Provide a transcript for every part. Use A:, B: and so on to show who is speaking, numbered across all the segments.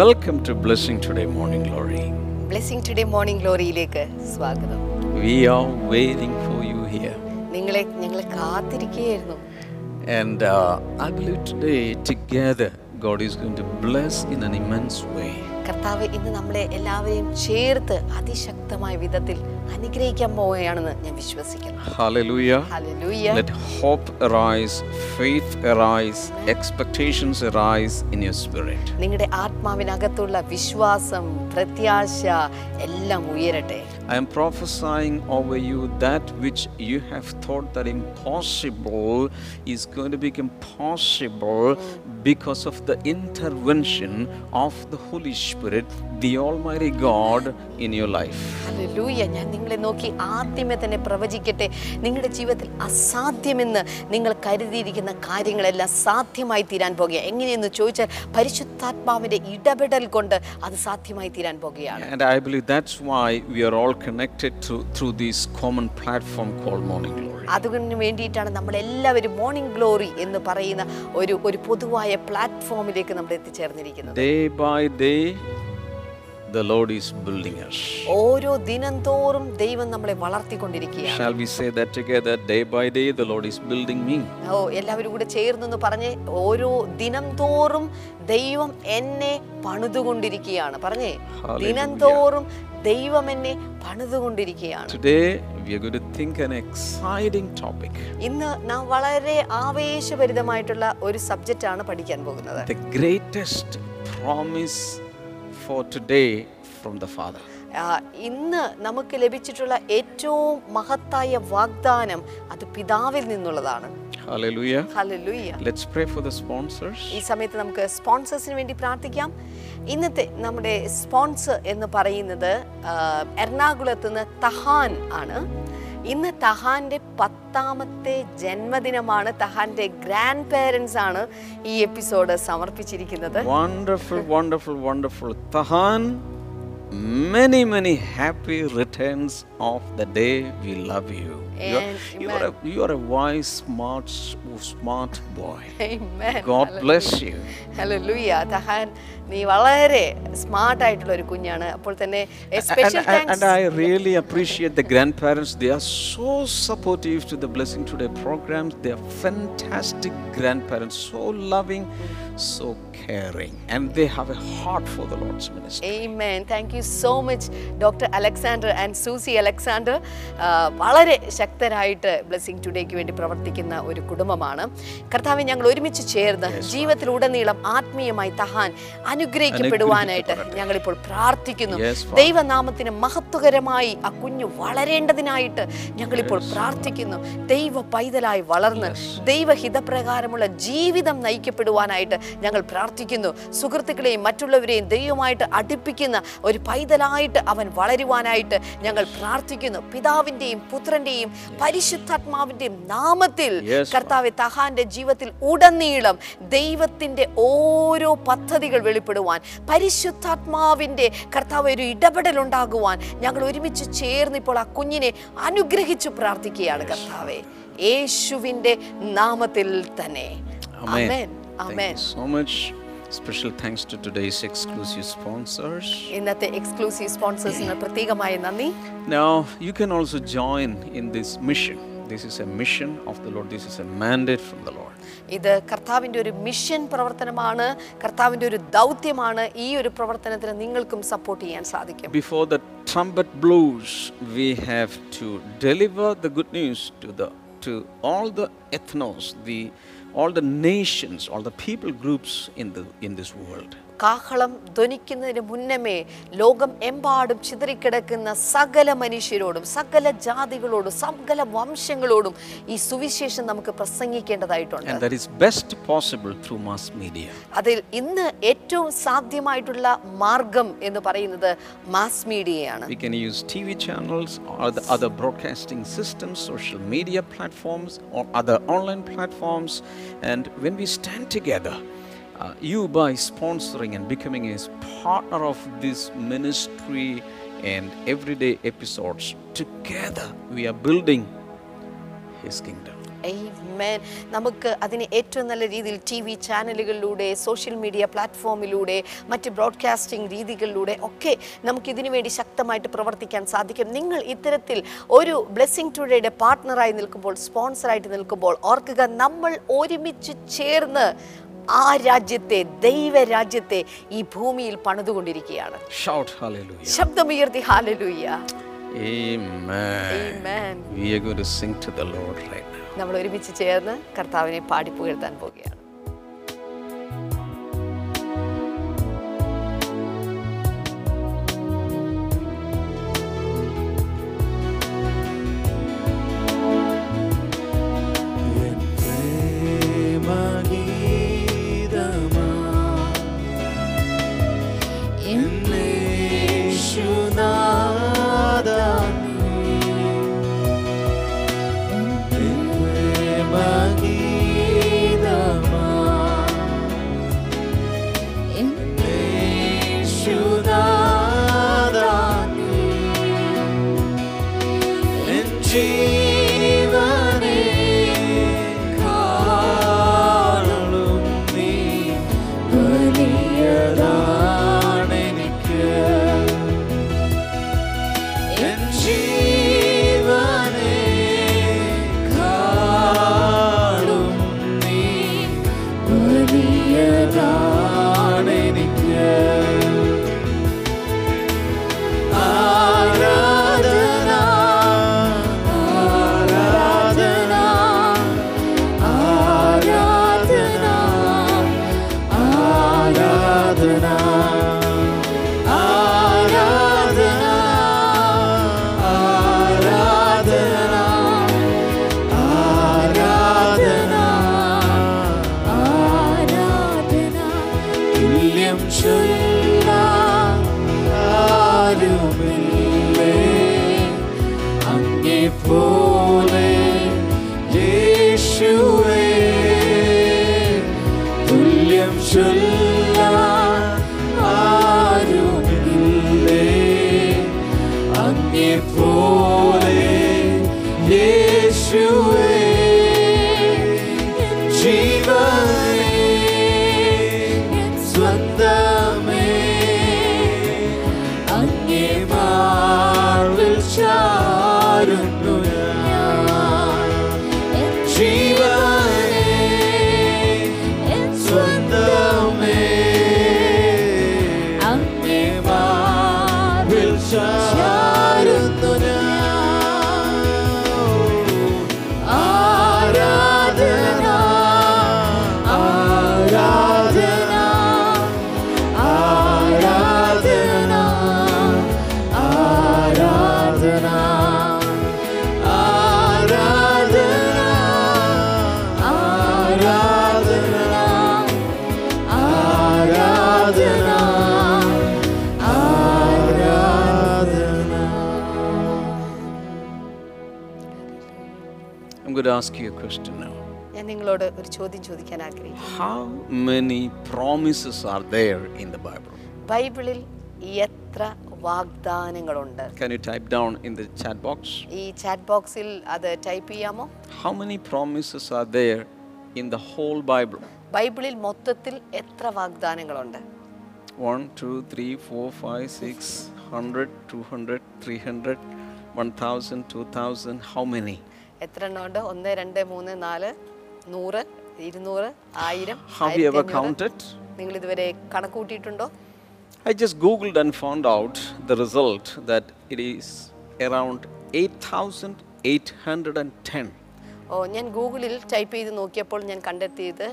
A: Welcome to Blessing Today Morning Glory.
B: Blessing today morning ഗ്ലോറിയിലേക്ക് സ്വാഗതം
A: We are waiting for you here.
B: നിങ്ങളെ ഞങ്ങൾ കാത്തിരിക്കുകയായിരുന്നു
A: And uh, I believe today, together, God is going to bless in an immense way.
B: കർത്താവ് ഇന്ന് നമ്മളെ എല്ലാവരെയും ചേർത്ത് അതിശക്തമായ വിധത്തിൽ അനുഗ്രഹിക്കാൻ പോവുകയാണെന്ന് ഞാൻ വിശ്വസിക്കുന്നു
A: Hallelujah.
B: Hallelujah
A: Let hope arise, faith arise, expectations arise in your spirit.
B: നിങ്ങളുടെ ആത്മാവിനകത്തുള്ള വിശ്വാസം പ്രത്യാശ എല്ലാം ഉയരട്ടെ
A: I am prophesying over you that which you have thought that impossible is going to become possible because of the intervention of the Holy Spirit, the Almighty God in your life.
B: Hallelujah ഞാൻ നിങ്ങളെ നോക്കി ആദ്യമേ തന്നെ പ്രവചിക്കട്ടെ നിങ്ങളുടെ ജീവിതത്തിൽ അസാധ്യമെന്ന് നിങ്ങൾ കരുതിയിരിക്കുന്ന കാര്യങ്ങളെല്ലാം സാധ്യമായി തീരാൻ പോകുകയാണ് എങ്ങനെയെന്ന് ചോദിച്ചാൽ പരിശുദ്ധാത്മാവിൻ്റെ ഇടപെടൽ കൊണ്ട് അത് സാധ്യമായി തീരാൻ പോകുകയാണ്
A: And I believe that's why we are all connected to, through this common platform called Morning Glory.
B: അതിന് വേണ്ടിയിട്ടാണ് നമ്മളെല്ലാവരും മോർണിംഗ് ഗ്ലോറി എന്ന് പറയുന്ന ഒരു ഒരു പൊതുവായ പ്ലാറ്റ്ഫോമിലേക്ക് നമ്മൾ എത്തിച്ചേർന്നിരിക്കുന്നത്
A: Day by day, the Lord is building us.
B: ഓരോ ദിനം തോറും ദൈവം നമ്മളെ വളർത്തിക്കൊണ്ടിരിക്കുകയാണ്
A: Shall we say that together? Day by day, the Lord is building me.
B: ഓ എല്ലാവരും കൂടെ ചേർന്നെന്ന് പറഞ്ഞ് ഓരോ ദിനം തോറും ദൈവം എന്നെ പണിതുകൊണ്ടിരിക്കുകയാണ് പറഞ്ഞേ
A: Hallelujah.
B: ദിനം തോറും ദൈവം എന്നെ പണിതുകൊണ്ടിരിക്കുകയാണ്
A: Today, we are going to think an exciting topic
B: ഇന്ന് നാം വളരെ ആവേശഭരിതമായിട്ടുള്ള ഒരു സബ്ജക്റ്റ് ആണ് പഠിക്കാൻ പോകുന്നത്
A: the greatest promise for today from the Father.
B: ആ, ഇന്ന് നമുക്ക് ലഭിച്ചിട്ടുള്ള ഏറ്റവും മഹത്തായ വാഗ്ദാനം അത് പിതാവിൽ നിന്നുള്ളതാണ്
A: Hallelujah.
B: Hallelujah
A: Let's pray for the sponsors.
B: ഈ സമയത്ത് നമുക്ക് സ്പോൺസേഴ്സിന് വേണ്ടി പ്രാർത്ഥിക്കാം ഇന്നത്തെ നമ്മുടെ സ്പോൺസർ എന്ന് പറയുന്നത് ആ, എറണാകുളത്ത് നിന്ന് തഹാൻ ആണ് ഇന്ന് തഹാൻ്റെ പത്താമത്തെ ജന്മദിനമാണ് തഹാൻ്റെ ഗ്രാൻഡ് പേരൻസ് ആണ് ഈ എപ്പിസോഡ് സമർപ്പിച്ചിരിക്കുന്നത്
A: Wonderful, wonderful, wonderful. Tahan, many, many happy returns of the day. We love you. You are, you are, a, you are a wise, smart, smart boy. God bless you.
B: Hallelujah Tahan നീ വളരെ smart ആയിട്ടുള്ള ഒരു കുഞ്ഞാണ് അപ്പോൾ തന്നെ
A: And,
B: special
A: and, and
B: thanks
A: I really appreciate the grandparents. They are so supportive to the Blessing Today programs. They are fantastic grandparents, so loving, so caring, and they have a heart for the Lord's ministry.
B: Amen. Thank you so much doctor Alexander and Susie Alexander ആ, Uh, വളരെ ശക്തരായിട്ട് blessing ടുഡേക്ക് വേണ്ടി പ്രവർത്തിക്കുന്ന ഒരു കുടുംബമാണ് കർത്താവ് ഞങ്ങൾ ഒരുമിച്ച് ചേർന്ന് ജീവിതത്തിലുടനീളം ആത്മീയമായി തഹാൻ അനുഗ്രഹിക്കപ്പെടുവാനായിട്ട്
A: അനുഗ്രഹിക്കപ്പെടട്ടെ.
B: ഞങ്ങളിപ്പോൾ പ്രാർത്ഥിക്കുന്നു
A: Yes, Father.
B: ദൈവനാമത്തിന് മഹത്വകരമായി ആ കുഞ്ഞ് വളരേണ്ടതിനായിട്ട് ഞങ്ങളിപ്പോൾ പ്രാർത്ഥിക്കുന്നു ദൈവ പൈതലായി വളർന്ന് ദൈവഹിതപ്രകാരമുള്ള ജീവിതം നയിക്കപ്പെടുവാനായിട്ട് ഞങ്ങൾ പ്രാർത്ഥിക്കുന്നു സുഹൃത്തുക്കളെയും മറ്റുള്ളവരെയും ദൈവമായിട്ട് അടുപ്പിക്കുന്ന ഒരു പൈതലായിട്ട് അവൻ വളരുവാനായിട്ട് ഞങ്ങൾ പ്രാർത്ഥിക്കുന്നു പിതാവിൻ്റെയും പുത്രൻ്റെയും പരിശുദ്ധാത്മാവിൻ്റെയും നാമത്തിൽ
A: Yes, Father.
B: കർത്താവ് തഹാന്റെ ജീവിതത്തിൽ ഉടനീളം ദൈവത്തിന്റെ ഓരോ പദ്ധതികൾ വെളിപ്പെടുവാൻ പരിശുദ്ധാത്മാവിന്റെ കർത്താവ് ഒരു ഇടപെടൽ ഉണ്ടാകുവാൻ ഞങ്ങൾ ഒരുമിച്ച് ചേർന്ന് ഇപ്പോൾ ആ കുഞ്ഞിനെ അനുഗ്രഹിച്ചു പ്രാർത്ഥിക്കുകയാണ് കർത്താവെ യേശുവിന്റെ നാമത്തിൽ തന്നെ amen
A: Thank
B: amen
A: you so much. Special thanks to today's exclusive sponsors.
B: ഇന്നത്തെ എക്സ്ക്ലൂസീവ് സ്പോൺസേഴ്സിന് പ്രത്യേകമായ നന്ദി
A: Now, you can also join in this mission. This is a mission of the Lord, this is a mandate from the Lord.
B: ഇത് കർത്താവിൻ്റെ ഒരു mission പ്രവർത്തനമാണ് കർത്താവിൻ്റെ ഒരു ദൗത്യമാണ് ഈ ഒരു പ്രവർത്തനത്തിന് നിങ്ങൾക്കും സപ്പോർട്ട് ചെയ്യാൻ സാധിക്കും
A: Before the trumpet blows, we have to deliver the good news to the to all the ethnos, the all the nations, all the people groups in the in this world.
B: കാഹളം ധ്വനിക്കുന്നതിന് മുന്നമേ ലോകം എമ്പാടും ചിതറിക്കിടക്കുന്ന സകല മനുഷ്യരോടും സകല ജാതികളോടും സകല വംശങ്ങളോടും ഈ സുവിശേഷം നമുക്ക് പ്രസംഗിക്കേണ്ടതായിട്ടുണ്ട്
A: And that is best possible through mass media.
B: അതിൽ ഇന്ന് ഏറ്റവും സാധ്യമായിട്ടുള്ള മാർഗം എന്ന് പറയുന്നത് മാസ് മീഡിയയാണ്
A: We can use TV channels or the other broadcasting systems, social media platforms, or other online platforms. And when we stand together, uh, you by sponsoring and becoming a partner of this ministry and everyday episodes, together we are building His kingdom.
B: Amen. നമുക്ക് അതിനെ ഏറ്റവും നല്ല രീതിയിൽ T V ചാനലുകളിലൂടെ social media പ്ലാറ്റ്ഫോമിലൂടെ മറ്റ് broadcasting രീതികളിലൂടെ ഒക്കെ നമുക്ക് ഇതിനു വേണ്ടി ശക്തമായിട്ട് പ്രവർത്തിക്കാൻ സാധിക്കും നിങ്ങൾ ഇത്തരത്തിൽ ഒരു ബ്ലെസ്സിങ് ടുഡേയുടെ പാർട്ട്ണറായി നിൽക്കുമ്പോൾ സ്പോൺസറായിട്ട് നിൽക്കുമ്പോൾ ഓർക്കുക നമ്മൾ ഒരുമിച്ച് ചേർന്ന് ആ രാജ്യത്തെ ദൈവരാജ്യത്തെ ഈ ഭൂമിയിൽ പണിതുകൊണ്ടിരിക്കുകയാണ്
C: Shout hallelujah.
B: ശബ്ദമുയർത്തി hallelujah
C: Amen.
B: Amen.
C: We are going to sing to the Lord right now.
B: നമ്മൾ ഒരുമിച്ച് ചേർന്ന് കർത്താവിനെ പാടി പുകഴ്ത്താൻ പോവുകയാണ്
C: er. I'm going to ask you a question now.
B: ഞാൻ നിങ്ങളോട് ഒരു ചോദ്യം ചോദിക്കാൻ ആഗ്രഹിക്കുന്നു
C: How many promises are there in the Bible?
B: ബൈബിളിൽ എത്ര വാഗ്ദാനങ്ങളുണ്ട്
C: Can you type down in the chat box?
B: ഈ ചാറ്റ് ബോക്സിൽ അത് ടൈപ്പ് ചെയ്യാമോ
C: How many promises are there in the whole Bible?
B: ബൈബിളിൽ മൊത്തത്തിൽ എത്ര വാഗ്ദാനങ്ങളുണ്ട്
C: 1, 2, 3, 4, 5, 6, 100, 200, 300, 1000, 2000. How many?
B: എത്ര എണ്ണമുണ്ട് ഒന്ന് രണ്ട് മൂന്ന് നാല് നൂറ് ഇരുന്നൂറ് ആയിരം
C: Have you ever
B: ആയിരത്തി അഞ്ഞൂറ്.
C: counted?
B: നിങ്ങൾ ഇതുവരെ കണക്കൂട്ടിയിട്ടുണ്ടോ
C: I just googled and found out the result that it is around 8810.
B: ഓ ഞാൻ ഗൂഗിളിൽ ടൈപ്പ് ചെയ്ത് നോക്കിയപ്പോൾ ഞാൻ കണ്ടെത്തിയത്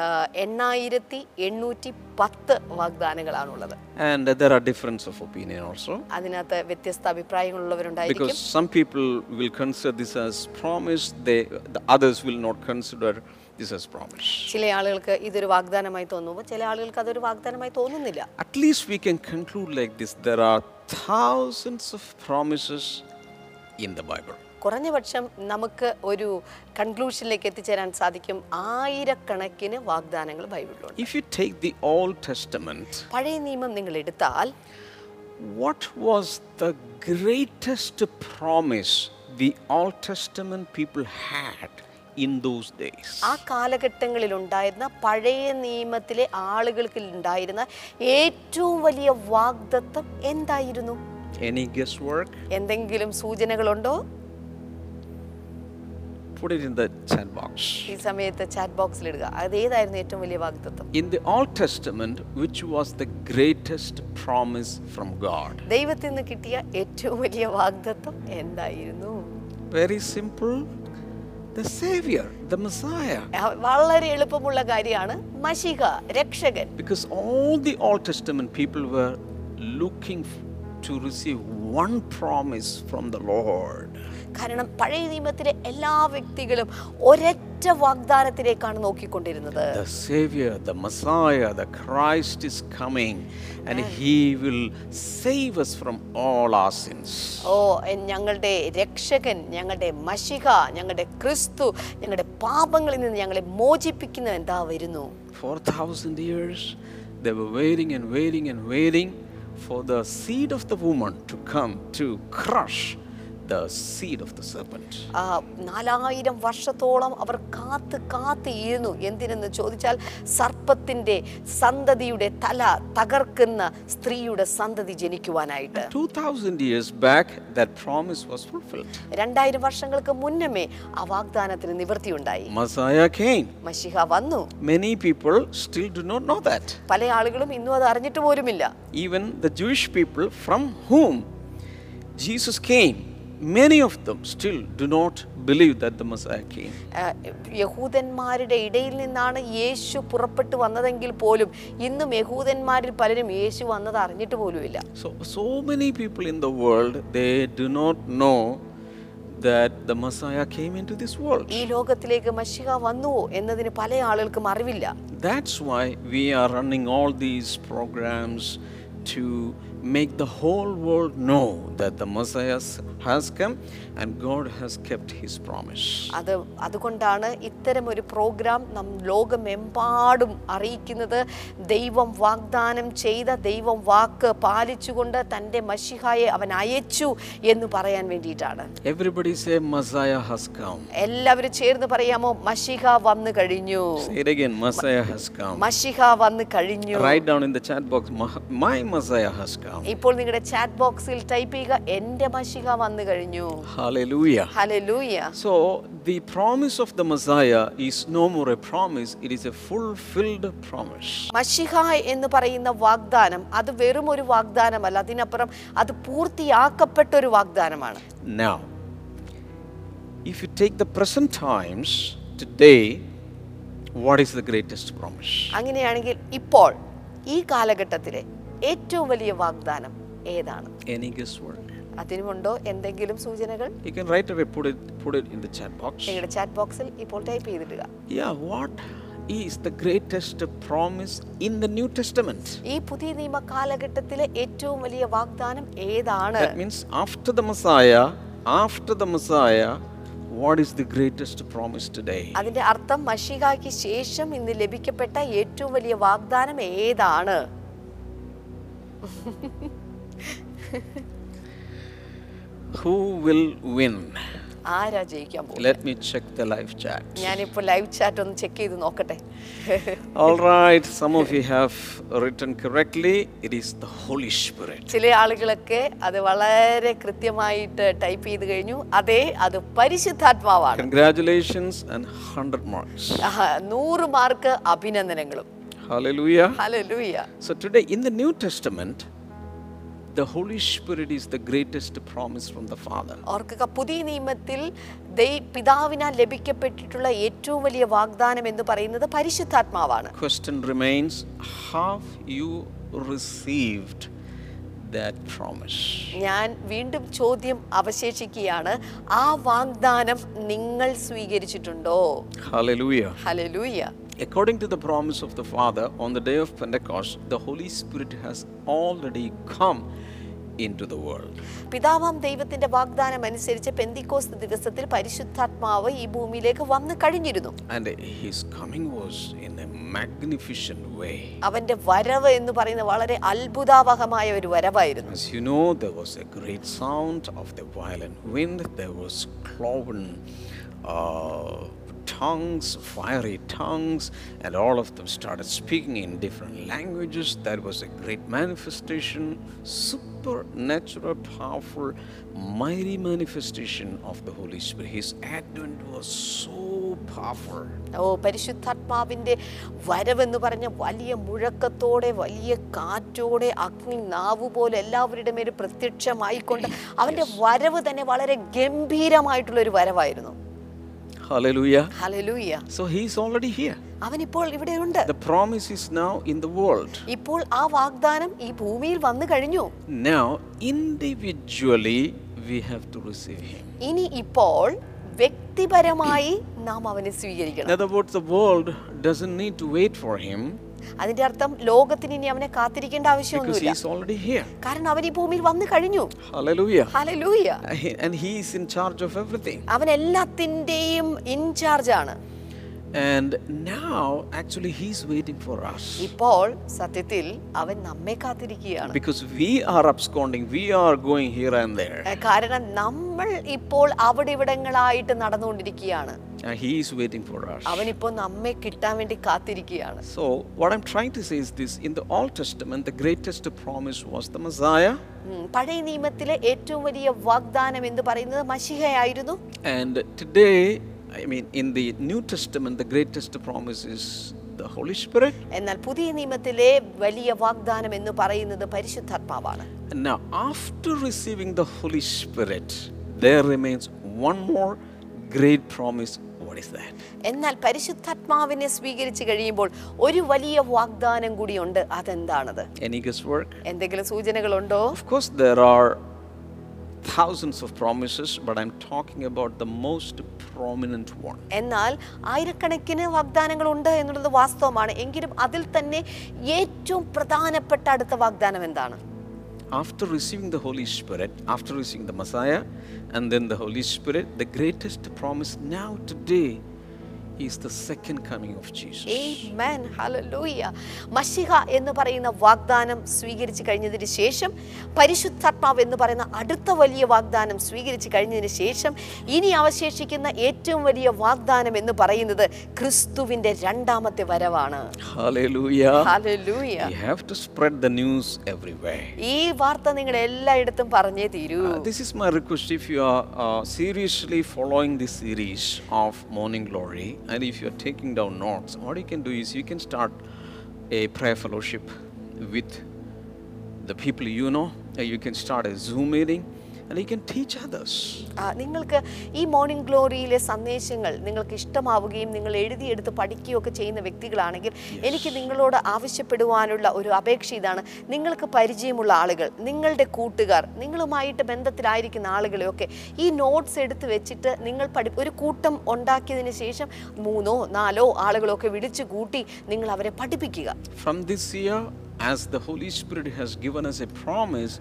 B: ആ, എണ്ണായിരത്തി എണ്ണൂറ്റി പത്ത് വാഗ്ദാനങ്ങളാണുള്ളത്
C: And there are difference of opinion also
B: അതിനകത്ത് വ്യത്യസ്ത അഭിപ്രായങ്ങളുള്ളവരുണ്ടായിരിക്കും
C: because some people will consider this as promise they the others will not consider this as promise.
B: ചില ആളുകൾക്ക് ഇതൊരു വാഗ്ദാനമായി തോന്നുമ്പോൾ ചില ആളുകൾക്ക് അതൊരു വാഗ്ദാനമായി തോന്നുന്നില്ല
C: At least we can conclude like this there are thousands of promises in the Bible.
B: കുറഞ്ഞ പക്ഷം നമുക്ക് ഒരു കൺക്ലൂഷനിലേക്ക് എത്തിച്ചേരാൻ സാധിക്കും ആയിരക്കണക്കിന് വാഗ്ദാനങ്ങൾ ബൈബിളിലുണ്ട്
C: If you take the Old Testament
B: പഴയ നിയമം നിങ്ങൾ എടുത്താൽ
C: What was the greatest promise the Old Testament people had?
A: in those days.
B: ആ കാലഘട്ടങ്ങളിൽ ഉണ്ടായിരുന്ന പഴയ നിയമത്തിലെ ആളുകൾക്ക് ഉണ്ടായിരുന്ന ഏറ്റവും വലിയ വാഗ്ദത്വം എന്തായിരുന്നു
A: Any guesswork?
B: എന്തെങ്കിലും സൂചനകളുണ്ടോ
A: Put it in the chat box.
B: ഈ സമയത്ത് ചാറ്റ് ബോക്സിൽ ഇടുക അതേതായിരുന്നു ഏറ്റവും വലിയ വാഗ്ദത്വം
A: In the Old Testament, which was the greatest promise from God?
B: ദൈവത്തിൽ നിന്ന് കിട്ടിയ ഏറ്റവും വലിയ വാഗ്ദത്വം എന്തായിരുന്നു
A: Very simple. The Savior, the Messiah.
B: ആ, വളരെ എളുപ്പമുള്ള കാര്യമാണ് മഷിക രക്ഷകൻ
A: Because all the Old Testament people were looking f- to receive one promise from the Lord.
B: കാരണം പഴയ നിയമത്തിലെ എല്ലാ വ്യക്തികളും ഒരൊറ്റ വാഗ്ദാനത്തിലേക്കാണ് നോക്കിക്കൊണ്ടിരുന്നത്
A: The Savior, the Messiah, the Christ is coming and He will save us from all our sins.
B: ഓ എൻ- ഞങ്ങളുടെ രക്ഷകൻ ഞങ്ങളുടെ മഷിക ഞങ്ങളുടെ ക്രിസ്തു ഞങ്ങളുടെ പാപങ്ങളിൽ നിന്ന് ഞങ്ങളെ മോചിപ്പിക്കുന്ന എന്താ വരുന്നു
A: 4,000 years they were waiting and waiting and waiting for the seed of the woman to come to crush the seed of the serpent.
B: ആ, നാലായിരം വർഷത്തോളം അവർ കാത്ത് കാത്ത് ഇരുന്നു എന്തിനെന്ന് ചോദിച്ചാൽ സർപ്പത്തിന്റെ സന്തതിയുടെ തല തകർക്കുന്ന സ്ത്രീയുടെ സന്തതി ജനിക്കുവാനായിട്ട്
A: 2,000 years back, that promise was fulfilled.
B: രണ്ടായിരം വർഷങ്ങൾക്ക് മുന്നമേ ആ വാഗ്ദാനത്തിന് നിവൃത്തിയുണ്ടായി
A: Messiah came.
B: മഷിഹ വന്നു
A: Many people still do not know that.
B: പല ആളുകളും ഇന്നും അത് അറിഞ്ഞിട്ട് പോലുമില്ല
A: Even the Jewish people from whom Jesus came, many of them still do not believe that the Messiah came.
B: ആ, യഹൂദന്മാരുടെ ഇടയിൽ നിന്നാണ് യേശു പുറപ്പെട്ടു വന്നതെങ്കിൽ പോലും ഇന്നും യഹൂദന്മാരിൽ പലരും യേശു വന്നത് അറിഞ്ഞിട്ട് പോലുമില്ല
A: So, so many people in the world, they do not know that the Messiah came into this world.
B: ഈ ലോകത്തിലേക്ക് മഷിഹ വന്നുവോ എന്നതിന് പല ആളുകൾക്കും അറിവില്ല
A: That's why we are running all these programs to make the whole world know that the Messiah has come and God has kept his promise.
B: അത് അതുകൊണ്ടാണ് ഇത്തരം ഒരു പ്രോഗ്രാം നാം ലോകമെമ്പാടും അറിയിക്കുന്നത് ദൈവം വാഗ്ദാനം ചെയ്ത ദൈവം വാക്ക് പാലിച്ചുകൊണ്ട് തൻ്റെ മഷിഹായെ അവൻ അയച്ചു എന്ന് പറയാൻ വേണ്ടിയിട്ടാണ്
A: Everybody say, Messiah has come.
B: എല്ലാവരും ചേർന്ന് പറയാമോ മഷിഹ വന്നു കഴിഞ്ഞു
A: Say it again, Messiah has come.
B: മഷിഹ വന്നു കഴിഞ്ഞു
A: Write down in the chat box, "Ma- My Messiah has come.
B: ഇപ്പോൾ നിങ്ങളുടെ ചാറ്റ് ബോക്സിൽ ടൈപ്പ് ചെയ്യുക എൻ്റെ മഷിഹ വന്നു കഴിഞ്ഞു
A: Hallelujah.
B: Hallelujah
A: So, the promise of the Messiah is no more a promise, it is a fulfilled promise.
B: മഷിഹ എന്ന് പറയുന്ന വാഗ്ദാനം അത് വെറും ഒരു വാഗ്ദാനമല്ല അതിനപ്പുറം അത് പൂർത്തിയാക്കപ്പെട്ട ഒരു വാഗ്ദാനമാണ്
A: Now, if you take the present times, today, what is the greatest promise?
B: അങ്ങനെയാണെങ്കിൽ ഇപ്പോൾ ഈ കാലഘട്ടത്തിലെ ഏറ്റവും വലിയ വാഗ്ദാനം ഏതാണ്
A: Any guesswork?
B: അതിനുമുണ്ടോ എന്തെങ്കിലും സൂചനകൾ
A: You can right away put it, put it in the chat box.
B: നിങ്ങളുടെ ചാറ്റ് ബോക്സിൽ ഇപ്പോൾ ടൈപ്പ് ചെയ്തിടുക
A: Yeah, what is the greatest promise in the New Testament?
B: ഈ പുതിയ നിയമ കാലഘട്ടത്തിലെ ഏറ്റവും വലിയ വാഗ്ദാനം ഏതാണ്
A: That means after the Messiah, after the Messiah, what is the greatest promise today?
B: അതിന്റെ അർത്ഥം മഷികായ്ക്ക് ശേഷം ഇന്ന് ലഭിക്കപ്പെട്ട ഏറ്റവും വലിയ വാഗ്ദാനം ഏതാണ്
A: Who will win?
B: ആരാ ജയിക്കാൻ പോകും
A: Let me check the live chat.
B: ഞാനിപ്പോൾ ലൈവ് ചാറ്റ് ഒന്ന് ചെക്ക് ചെയ്ത് നോക്കട്ടെ
A: All right, some of you have written correctly. It is the Holy Spirit.
B: ചില ആളുകളൊക്കെ അത് വളരെ കൃത്യമായിട്ട് ടൈപ്പ് ചെയ്ത് കഴിഞ്ഞു അതെ അത് പരിശുദ്ധാത്മാവാണ്
A: Congratulations and 100 marks.
B: ആഹാ, നൂറ് മാർക്ക് അഭിനന്ദനങ്ങളും
A: Hallelujah.
B: Hallelujah
A: So, today in the New Testament, the Holy Spirit is the greatest promise from the Father.
B: ഓർക്കുക പുതിയ നിയമത്തിൽ ദൈ- പിതാവിനാൽ ലഭിക്കപ്പെട്ടിട്ടുള്ള ഏറ്റവും വലിയ വാഗ്ദാനം എന്ന് പറയുന്നത് പരിശുദ്ധാത്മാവാണ്
A: Question remains Have you received that promise?
B: ഞാൻ വീണ്ടും ചോദ്യം അവശേഷിക്കുകയാണ് ആ വാഗ്ദാനം നിങ്ങൾ സ്വീകരിച്ചിട്ടുണ്ടോ
A: Hallelujah.
B: Hallelujah
A: According to the promise of the Father, on the day of Pentecost, the Holy Spirit has already come into the world.
B: പിതാവാം ദൈവത്തിന്റെ വാഗ്ദാനം അനുസരിച്ച് പെന്തിക്കോസ് ദിവസത്തിൽ പരിശുദ്ധാത്മാവ് ഈ ഭൂമിയിലേക്ക് വന്നു കഴിഞ്ഞിരുന്നു
A: And his coming was in a magnificent way.
B: അവന്റെ വരവ് എന്ന് പറയുന്ന വളരെ അത്ഭുതാവഹമായ ഒരു വരവായിരുന്നു
A: As you know, there was a great sound of the violent wind, there was cloven uh, tongues, fiery tongues, and all of them started speaking in different languages. That was a great manifestation, supernatural, powerful, mighty manifestation of the Holy Spirit. His advent was so powerful.
B: ഓ പരിശുദ്ധാത്മാവിന്റെ വരവെന്ന് പറഞ്ഞ വലിയ മുഴക്കത്തോടെ വലിയ കാറ്റോടെ അഗ്നി നാവ് പോലെ എല്ലാവരുടെ മേലും പ്രത്യക്ഷമായിക്കൊണ്ട് അവന്റെ വരവ് തന്നെ വളരെ ഗംഭീരമായിട്ടുള്ള ഒരു വരവായിരുന്നു
A: Hallelujah.
B: Hallelujah
A: So he's already here.
B: അവനിപ്പോൾ ഇവിടെയുണ്ട്
A: The promise is now in the world.
B: ഇപ്പോൾ ആ വാഗ്ദാനം ഈ ഭൂമിയിൽ വന്നു കഴിഞ്ഞു
A: Now, individually, we have to receive him.
B: ഇനി ഇപ്പോൾ വ്യക്തിപരമായി നാം അവനെ സ്വീകരിക്കണം
A: In other words, the world doesn't need to wait for him
B: അതിന്റെ അർത്ഥം ലോകത്തിന് ഇനി അവനെ കാത്തിരിക്കേണ്ട
A: because
B: ആവശ്യമൊന്നുമില്ല
A: he's already here.
B: കാരണം അവൻ ഈ ഭൂമിയിൽ വന്നു കഴിഞ്ഞു
A: Hallelujah.
B: Hallelujah
A: And he is in charge of everything.
B: അവൻ എല്ലാത്തിൻ്റെയും ഇൻചാർജ് ആണ്
A: And now, actually, he's waiting for us.
B: ഇപ്പോൾ സത്യത്തിൽ അവൻ നമ്മെ കാത്തിരിക്കുകയാണ്
A: Because we are absconding, we are going here and there.
B: ഏ, കാരണം നമ്മൾ ഇപ്പോൾ അവിടെ ഇവിടങ്ങളായിട്ട് നടന്നുകൊണ്ടിരിക്കുകയാണ്
A: And he is waiting for us.
B: അവനിപ്പോൾ നമ്മെ കിട്ടാൻ വേണ്ടി കാത്തിരിക്കുകയാണ്
A: So, what I'm trying to say is this in the Old Testament, the greatest promise was the Messiah.
B: ഉം, പഴയ നിയമത്തിലെ ഏറ്റവും വലിയ വാഗ്ദാനം എന്ന് പറയുന്നത് മഷിഹയായിരുന്നു
A: And today, I mean, in the New Testament, the greatest promise is the Holy Spirit.
B: എന്നാൽ പുതിയ നിയമത്തിലെ വലിയ വാഗ്ദാനം എന്ന് പറയുന്നത് പരിശുദ്ധാത്മാവാണ്
A: And now, after receiving the Holy Spirit, there remains one more great promise. What is that?
B: എന്നാൽ പരിശുദ്ധാത്മാവിനെ സ്വീകരിച്ചു കഴിയുമ്പോൾ ഒരു വലിയ വാഗ്ദാനം കൂടിയുണ്ട് അതെന്താണത്
A: Any guesswork?
B: എന്തെങ്കിലും സൂചനകളുണ്ടോ
A: Of course, there are thousands of promises, but I'm talking about the most prominent one.
B: എന്നാൽ ആയിരക്കണക്കിന് വാഗ്ദാനങ്ങളുണ്ട് എന്നുള്ളത് വാസ്തവമാണ് എങ്കിലും അതിൽ തന്നെ ഏറ്റവും പ്രധാനപ്പെട്ട അടുത്ത വാഗ്ദാനം എന്താണ്
A: After receiving the Holy Spirit, after receiving the Messiah, and then the Holy Spirit, the greatest promise now today is the second coming of Jesus.
B: Amen. Hallelujah. മഷിഹ എന്ന് പറയുന്ന വാഗ്ദാനം സ്വീകരിച്ചു കഴിഞ്ഞതിന് ശേഷം പരിശുദ്ധാത്മാവ് എന്ന് പറയുന്ന അടുത്ത വലിയ വാഗ്ദാനം സ്വീകരിച്ചു കഴിഞ്ഞതിന് ശേഷം ഇനി അവശേഷിക്കുന്ന ഏറ്റവും വലിയ വാഗ്ദാനം എന്ന് പറയുന്നത് ക്രിസ്തുവിന്റെ രണ്ടാമത്തെ വരവാണ്
A: Hallelujah.
B: Hallelujah.
A: We have to spread the news everywhere.
B: ഈ വാർത്ത നിങ്ങൾ എല്ലായിടത്തും പറഞ്ഞേ തീരൂ
A: Uh, this is my request if you are uh, seriously following this series of Morning Glory, and if you are taking down notes, what you can do is you can start a prayer fellowship with the people you know, and you can start a Zoom meeting, and you can teach others.
B: ആ, നിങ്ങൾക്ക് ഈ morning ഗ്ലോറിയിലെ സന്ദേശങ്ങൾ നിങ്ങൾക്ക് ഇഷ്ടമാവുകയും നിങ്ങൾ എഴുതിയെടുത്ത് പഠിക്കുകയും ഒക്കെ ചെയ്യുന്ന വ്യക്തികളാണെങ്കിൽ എനിക്ക് നിങ്ങളോട് ആവശ്യപ്പെടുവാനുള്ള ഒരു അപേക്ഷ ഇതാണ് നിങ്ങൾക്ക് പരിചയമുള്ള ആളുകൾ നിങ്ങളുടെ കൂട്ടുകാർ നിങ്ങളുമായിട്ട് ബന്ധത്തിലായിരിക്കുന്ന ആളുകളെയൊക്കെ ഈ നോട്ട്സ് എടുത്ത് വെച്ചിട്ട് നിങ്ങൾ പഠി ഒരു കൂട്ടം ഉണ്ടാക്കിയതിന് ശേഷം മൂന്നോ നാലോ ആളുകളൊക്കെ വിളിച്ചു കൂട്ടി നിങ്ങൾ അവരെ പഠിപ്പിക്കുക
A: From this year, as the Holy Spirit has given us a promise,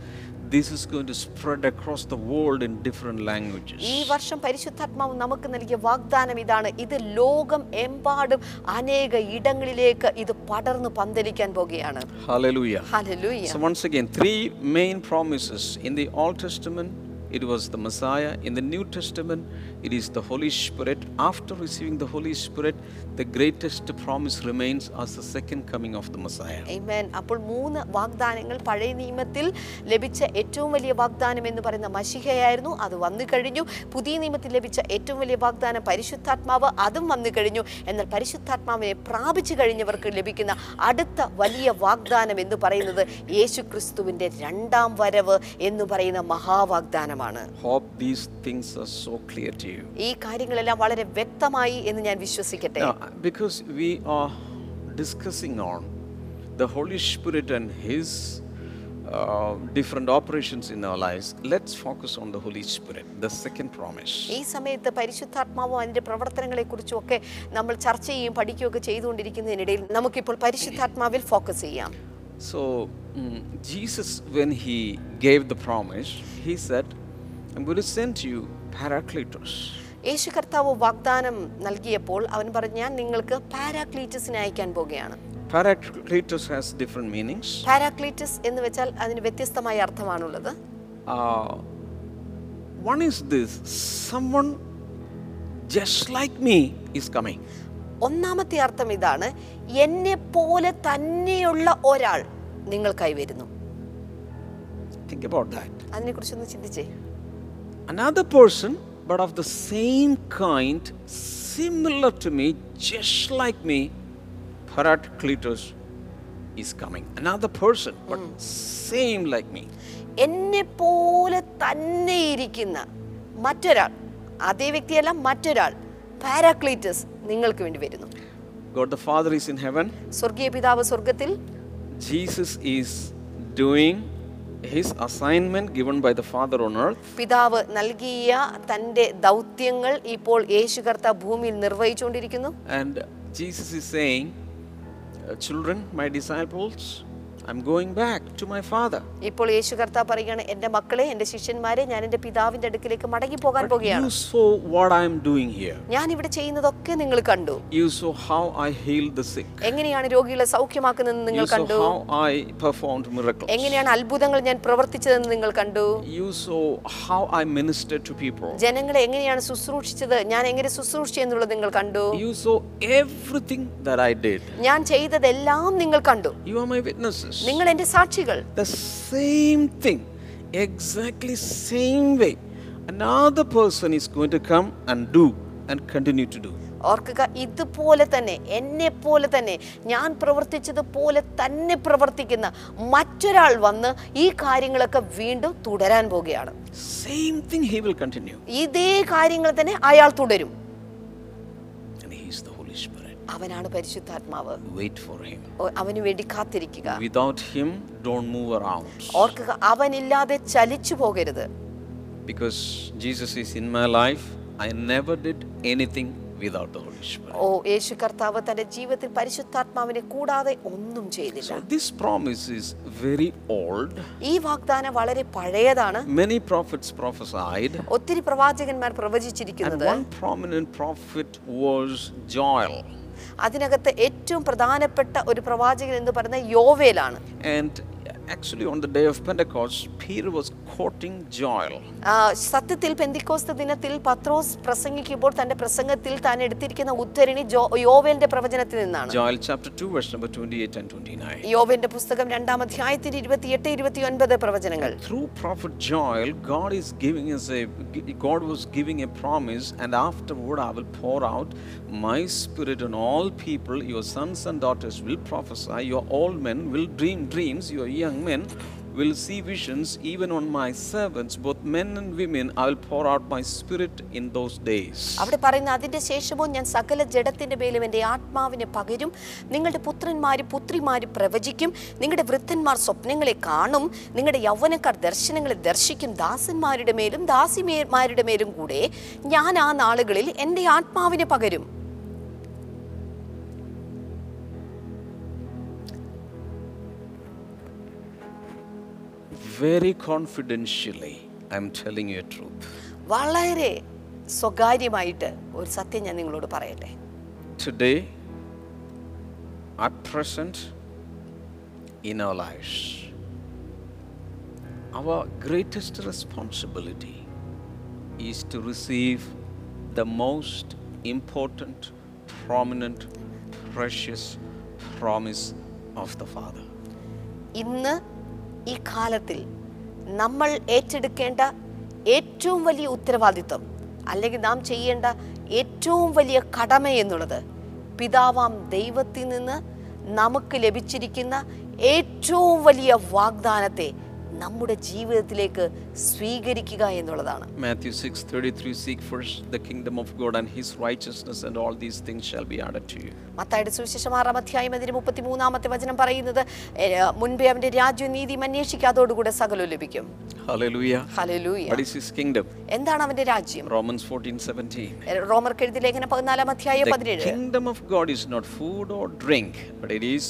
A: this is going to spread across the world in different languages.
B: ഈ വർഷം പരിശുദ്ധാത്മാവ് നമുക്ക് നൽകിയ വാഗ്ദാനം ഇതാണ് ഇത് ലോകം എമ്പാടും അനേക ഇടങ്ങളിലേക്ക് ഇത് പടർന്നു പന്തലിക്കാൻ പോകുകയാണ്
A: Hallelujah.
B: Hallelujah
A: So once again, three main promises in the Old Testament. It was the Messiah. In the New Testament, it is the Holy Spirit. After receiving the Holy Spirit, the greatest promise remains as the second coming of the Messiah.
B: Amen. അപ്പോൾ മൂന്ന് വാഗ്ദാനങ്ങൾ പഴയ നിയമത്തിൽ ലഭിച്ച ഏറ്റവും വലിയ വാഗ്ദാനം എന്ന് പറയുന്ന മഷിഹയായിരുന്നു അത് വന്നു കഴിഞ്ഞു പുതിയ നിയമത്തിൽ ലഭിച്ച ഏറ്റവും വലിയ വാഗ്ദാനം പരിശുദ്ധാത്മാവ് അതും വന്നു കഴിഞ്ഞു എന്നാൽ പരിശുദ്ധാത്മാവിനെ പ്രാപിച്ചു കഴിഞ്ഞവർക്ക് ലഭിക്കുന്ന അടുത്ത വലിയ വാഗ്ദാനം എന്ന് പറയുന്നത് യേശു ക്രിസ്തുവിൻ്റെ രണ്ടാം വരവ് എന്ന് പറയുന്ന മഹാവാഗ്ദാനമാണ്
A: Hope these things are so clear to you.
B: ഈ കാര്യങ്ങളെല്ലാം വളരെ വ്യക്തമായി എന്ന് ഞാൻ വിശ്വസിക്കട്ടെ
A: Now, because we are discussing on the Holy Spirit and His uh, different operations in our lives, let's focus on the Holy Spirit, the second promise.
B: ഈ സമയത്ത് പരിശുദ്ധാത്മാവും അതിൻ്റെ പ്രവർത്തനങ്ങളെ കുറിച്ചും ഒക്കെ നമ്മൾ ചർച്ച ചെയ്യും പഠിക്കുകയൊക്കെ ചെയ്തുകൊണ്ടിരിക്കുന്നതിനിടയിൽ നമുക്കിപ്പോൾ പരിശുദ്ധാത്മാവിൽ ഫോക്കസ് ചെയ്യാം
A: So, mm, Jesus, when he gave the promise, he said, I'm going to send you Paracletos.
B: യേശു കർത്താവ് വാഗ്ദാനം നൽകിയപ്പോൾ അവൻ പറഞ്ഞു ഞാൻ നിങ്ങൾക്ക് പാരാക്ലീറ്റസിനെ അയക്കാൻ പോകുകയാണ്
A: Paracletos has different meanings.
B: പാരാക്ലീറ്റസ് എന്ന് വെച്ചാൽ അതിന് വ്യത്യസ്തമായ അർത്ഥമാണുള്ളത്
A: Uh, one is this someone just like me is coming.
B: ഒന്നാമത്തെ അർത്ഥം ഇതാണ് എന്നെ പോലെ തന്നെയുള്ള ഒരാൾ നിങ്ങൾക്കായി വരുന്നു
A: Think about that.
B: അതിനെക്കുറിച്ചൊന്ന് ചിന്തിച്ചേ
A: Another person, but of the same kind, similar to me, just like me, Paratclitus is coming. Another person, but same like me.
B: എന്നെ പോലെ തന്നെ ഇരിക്കുന്ന മറ്റൊരാൾ അതേ വ്യക്തിയല്ല മറ്റൊരാൾ പാരാക്ലീറ്റസ് നിങ്ങൾക്ക് വേണ്ടി വരുന്നു
A: God the Father is in heaven.
B: സ്വർഗീയ പിതാവ് സ്വർഗത്തിൽ
A: Jesus is doing his assignment given by the Father on earth.
B: പിതാവ് നൽകിയ തൻ്റെ ദൗത്യങ്ങൾ ഇപ്പോൾ യേശു കർത്ത ഭൂമിയിൽ നിർവഹിച്ചുകൊണ്ടിരിക്കുന്നു
A: And Jesus is saying, "Uh, Children, my disciples, I'm going back to my Father.
B: ഇപ്പോൾ യേശു കർത്ത പറയുകയാണ് എൻ്റെ മക്കളെ എൻ്റെ ശിഷ്യന്മാരെ ഞാൻ എൻ്റെ പിതാവിൻ്റെ അടുക്കിലേക്ക് മടങ്ങി പോകാൻ
A: But
B: പോകുകയാണ്
A: you saw what I'm doing here.
B: ഞാൻ ഇവിടെ ചെയ്യുന്നതൊക്കെ നിങ്ങൾ കണ്ടു
A: You saw how I healed the sick.
B: എങ്ങനെയാണ് രോഗികളെ സൗഖ്യമാക്കുന്നതെന്ന്
A: You
B: നിങ്ങൾ
A: saw
B: കണ്ടു
A: how I performed miracles.
B: എങ്ങനെയാണ് അത്ഭുതങ്ങൾ ഞാൻ പ്രവർത്തിച്ചതെന്ന് നിങ്ങൾ കണ്ടു
A: You saw how I ministered to people.
B: ജനങ്ങളെ എങ്ങനെയാണ് ശുശ്രൂഷിച്ചത് ഞാൻ എങ്ങനെ ശുശ്രൂഷിച്ചു എന്നുള്ളത് നിങ്ങൾ കണ്ടു
A: You saw everything that I did.
B: ഞാൻ ചെയ്തതെല്ലാം നിങ്ങൾ കണ്ടു
A: You are my witnesses.
B: നിങ്ങൾ എൻ്റെ സാക്ഷികൾ
A: the same thing exactly same way another person is going to come and do and continue to do
B: ഓർക്കുക ഇതുപോലെ തന്നെ എന്നെ പോലെ തന്നെ ഞാൻ പ്രവർത്തിച്ചതുപോലെ തന്നെ പ്രവർത്തിക്കുന്ന മറ്റൊരാൾ വന്ന് ഈ കാര്യങ്ങളൊക്കെ വീണ്ടും തുടരാൻ പോവുകയാണ്
A: same thing he will continue
B: ഇതേ കാര്യങ്ങൾ തന്നെ അയാൾ തുടരും
A: and he is the holy spirit
B: അവനാണ് പരിശുദ്ധാത്മാവ്
A: wait for him
B: ഓ- അവനു വേണ്ടി കാത്തിരിക്കുക
A: without him don't move around
B: ഓർക്കുക അവനില്ലാതെ ചലിച്ചു പോകരുത്
A: because jesus is in my life i never did anything without the holy spirit
B: ഓ യേശു കർത്താവ് തന്റെ ജീവിതത്തിൽ പരിശുദ്ധാത്മാവിനെ കൂടാതെ ഒന്നും ചെയ്തില്ല
A: so this promise is very old
B: ഈ വാഗ്ദാനം വളരെ പഴയതാണ്
A: many prophets prophesied
B: ഒത്തിരി പ്രവാചകന്മാർ
A: and
B: പ്രവചിച്ചിരിക്കുന്നത്
A: one prominent prophet was joel
B: അതിനകത്ത് ഏറ്റവും പ്രധാനപ്പെട്ട ഒരു പ്രവാചകൻ എന്ന് പറയുന്നത് യോവേലാണ്
A: And actually, on the day of Pentecost, Peter was quoting Joel.
B: ആ, സത്യത്തിൽ പെന്തിക്കോസ്ത ദിനത്തിൽ പത്രോസ് പ്രസംഗിക്കുമ്പോൾ തന്റെ പ്രസംഗത്തിൽ താൻ എടുത്തിരിക്കുന്ന ഉദ്ധരണി ജോ യോവേലിന്റെ പ്രവചനത്തിൽ നിന്നാണ്
A: Joel chapter 2, verse number 28 and 29.
B: യോവേലിന്റെ പുസ്തകം രണ്ടാം അധ്യായത്തിന്റെ ഇരുപത്തിയെട്ട് ഇരുപത്തി ഒൻപത് പ്രവചനങ്ങൾ
A: Through prophet Joel, God is giving us a God was giving a promise, and afterward I will pour out my spirit on all people. Your sons and daughters will prophesy, your old men will dream dreams, your young men will see visions, even on my servants, both men and women, I will pour out my spirit in those days.
B: അവിടെ പറയുന്ന അതിന്റെ ശേഷമോ ഞാൻ സകല ജഡത്തിന്റെ മേലും എൻ്റെ ആത്മാവിനെ പകരും നിങ്ങളുടെ പുത്രന്മാരും പുത്രിമാരും പ്രവചിക്കും നിങ്ങളുടെ വൃദ്ധന്മാർ സ്വപ്നങ്ങളെ കാണും നിങ്ങളുടെ യൗവനക്കാർ ദർശനങ്ങളെ ദർശിക്കും ദാസന്മാരുടെ മേലും ദാസിമാരുടെ മേലും കൂടെ ഞാൻ ആ നാളുകളിൽ എൻ്റെ ആത്മാവിനെ പകരും
A: Very confidentially, I'm telling you a truth.
B: വളരെ സ്വകാര്യമായിട്ട് ഒരു സത്യം ഞാൻ നിങ്ങളോട് പറയട്ടെ
A: Today, at present, in our lives, our greatest responsibility is to receive the most important, prominent, precious promise of the Father.
B: ഇന്ന് ഈ കാലത്തിൽ നമ്മൾ ഏറ്റെടുക്കേണ്ട ഏറ്റവും വലിയ ഉത്തരവാദിത്വം അല്ലെങ്കിൽ നാം ചെയ്യേണ്ട ഏറ്റവും വലിയ കടമ എന്നുള്ളത് പിതാവാം ദൈവത്തിൽ നിന്ന് നമുക്ക് ലഭിച്ചിരിക്കുന്ന ഏറ്റവും വലിയ വാഗ്ദാനത്തെ നമ്മുടെ ജീവിതത്തിലേക്ക് സ്വീകരിക്കുക എന്നുള്ളതാണ്
A: Matthew 6:33 Seek first the kingdom of God and his righteousness and all these things shall be added to you.
B: മത്തായുടെ സുവിശേഷം ആറാം അധ്യായം അതിന് മുപ്പത്തി മൂന്നാമത്തെ വചനം പറയുന്നത് "ഏ, മുൻപേ അവന്റെ രാജ്യവും നീതിയും അന്വേഷിക്കാതോടുകൂടെ സകലവും ലഭിക്കും
A: Hallelujah.
B: Hallelujah
A: What is his kingdom?
B: എന്താണ് അവന്റെ രാജ്യം
A: Romans 14 17.
B: റോമർ കെഴുതി ലേഖനം പതിനാലാം അധ്യായം
A: The
B: പതിനേഴ്
A: kingdom of God is not food or drink, but it is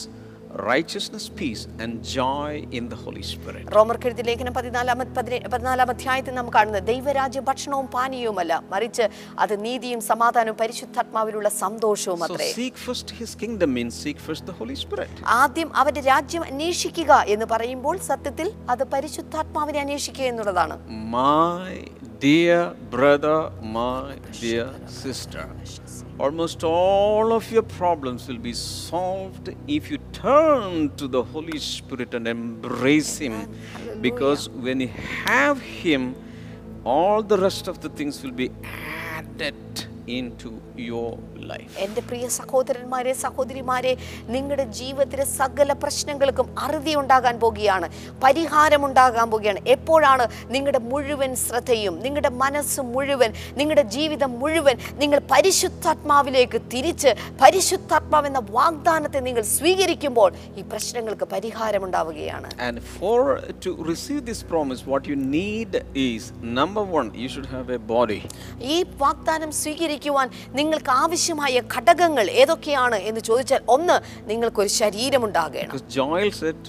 A: righteousness, peace, and joy in the Holy Spirit.
B: റോമർ കെഴുതി ലേഖനം പതിനാലാം പതിനേ- പതിനാലാം അധ്യായത്തിൽ നാം കാണുന്നത് ദൈവരാജ്യം ഭക്ഷണവും പാനീയവുമല്ല മറിച്ച് അത് നീതിയും സമാധാനവും പരിശുദ്ധാത്മാവിലുള്ള സന്തോഷവും
A: So
B: അത്രേ
A: seek first his kingdom means seek first the Holy Spirit.
B: ആദ്യം അവന്റെ രാജ്യം അന്വേഷിക്കുക എന്ന് പറയുമ്പോൾ സത്യത്തിൽ അത് പരിശുദ്ധാത്മാവിനെ അന്വേഷിക്കുക എന്നുള്ളതാണ്
A: My Dear brother, my dear sister, almost all of your problems will be solved if you turn to the Holy Spirit and embrace Him. Because when you have Him, all the rest of the things will be added into your life.
B: എൻ്റെ പ്രിയ സഹോദരന്മാരെ സഹോദരിമാരെ നിങ്ങളുടെ ജീവിതത്തിലെ സകല പ്രശ്നങ്ങൾക്കും അറുതി ഉണ്ടാകാൻ പോകുകയാണ് പരിഹാരം ഉണ്ടാകാൻ പോകുകയാണ് എപ്പോഴാണ് നിങ്ങളുടെ മുഴുവൻ ശ്രദ്ധയും നിങ്ങളുടെ മനസ്സ് മുഴുവൻ നിങ്ങളുടെ ജീവിതം മുഴുവൻ നിങ്ങൾ പരിശുദ്ധാത്മാവിലേക്ക് തിരിച്ച് പരിശുദ്ധാത്മാവ് എന്ന വാഗ്ദാനത്തെ നിങ്ങൾ സ്വീകരിക്കുമ്പോൾ ഈ പ്രശ്നങ്ങൾക്ക് പരിഹാരം ഉണ്ടാവുകയാണ്
A: And for to receive this promise, what you need is number one, you should have a body.
B: ഈ വാഗ്ദാനം സ്വീകരിക്കുവാൻ നിങ്ങൾക്ക് ആവശ്യമായ ഘടകങ്ങൾ ഏതൊക്കെയാണ് എന്ന് ചോദിച്ചാൽ ഒന്ന് നിങ്ങൾക്കൊരു ശരീരമുണ്ടാകണം
A: Because Joel said,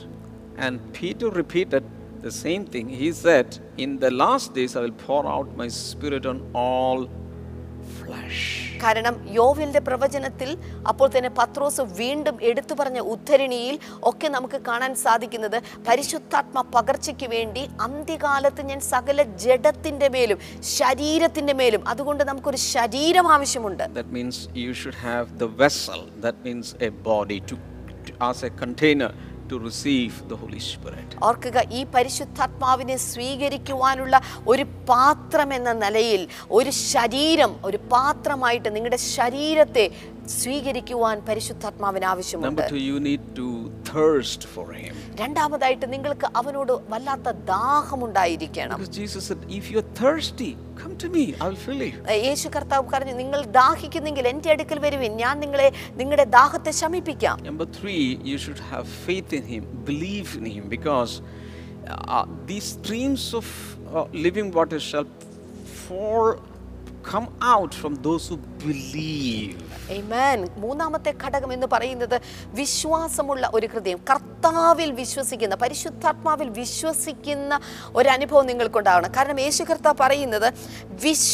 A: and Peter repeated the same thing. He said, In the last days I will pour out my spirit on all flesh.
B: കാരണം യോവിന്റെ പ്രവചനത്തിൽ അപ്പോൾ തന്നെ പത്രോസ് വീണ്ടും എടുത്തു പറഞ്ഞ ഉദ്ധരണിയിൽ ഒക്കെ നമുക്ക് കാണാൻ സാധിക്കുന്നത് പരിശുദ്ധാത്മ പകർച്ചയ്ക്ക് വേണ്ടി അന്ത്യകാലത്ത് ഞാൻ സകല ജഡത്തിന്റെ മേലും ശരീരത്തിന്റെ മേലും അതുകൊണ്ട് നമുക്കൊരു ശരീരം ആവശ്യമുണ്ട്
A: That means you should have the vessel, that means a body, to, to, as a container to receive the Holy Spirit.
B: ഓർക്കുക ഈ പരിശുദ്ധാത്മാവിനെ സ്വീകരിക്കുവാനുള്ള ഒരു പാത്രം എന്ന നിലയിൽ ഒരു ശരീരം ഒരു പാത്രമായിട്ട് നിങ്ങളുടെ ശരീരത്തെ സ്വീകരിക്കുവാൻ പരിശുദ്ധാത്മാവിന് ആവശ്യമുണ്ട്
A: Number two, you need to thirst for Him.
B: രണ്ടാമതായിട്ട് നിങ്ങൾക്ക് അവനോട് വല്ലാത്ത ദാഹമുണ്ടായിരിക്കണം
A: Because Jesus said, If you're thirsty, come to me, I'll fill you.
B: ഏ, യേശു കർത്താവ് പറഞ്ഞു നിങ്ങൾ ദാഹിക്കുന്നെങ്കിൽ എൻ്റെ അടുക്കൽ വരുവിൻ ഞാൻ നിങ്ങളെ നിങ്ങളുടെ ദാഹത്തെ ശമിപ്പിക്കാം
A: Number three, you should have faith in Him, believe in Him, because uh, these streams of uh, living water shall fall, come out from those who believe.
B: Amen. മൂന്നാമത്തെ ഘടകം എന്ന് പറയുന്നത് വിശ്വാസമുള്ള ഒരു ഹൃദയം കർത്താവിൽ വിശ്വസിക്കുന്ന പരിശുദ്ധാത്മാവിൽ വിശ്വസിക്കുന്ന ഒരു അനുഭവം നിങ്ങൾക്കുണ്ടാവണം കാരണം യേശു കർത്താവ് പറയുന്നത്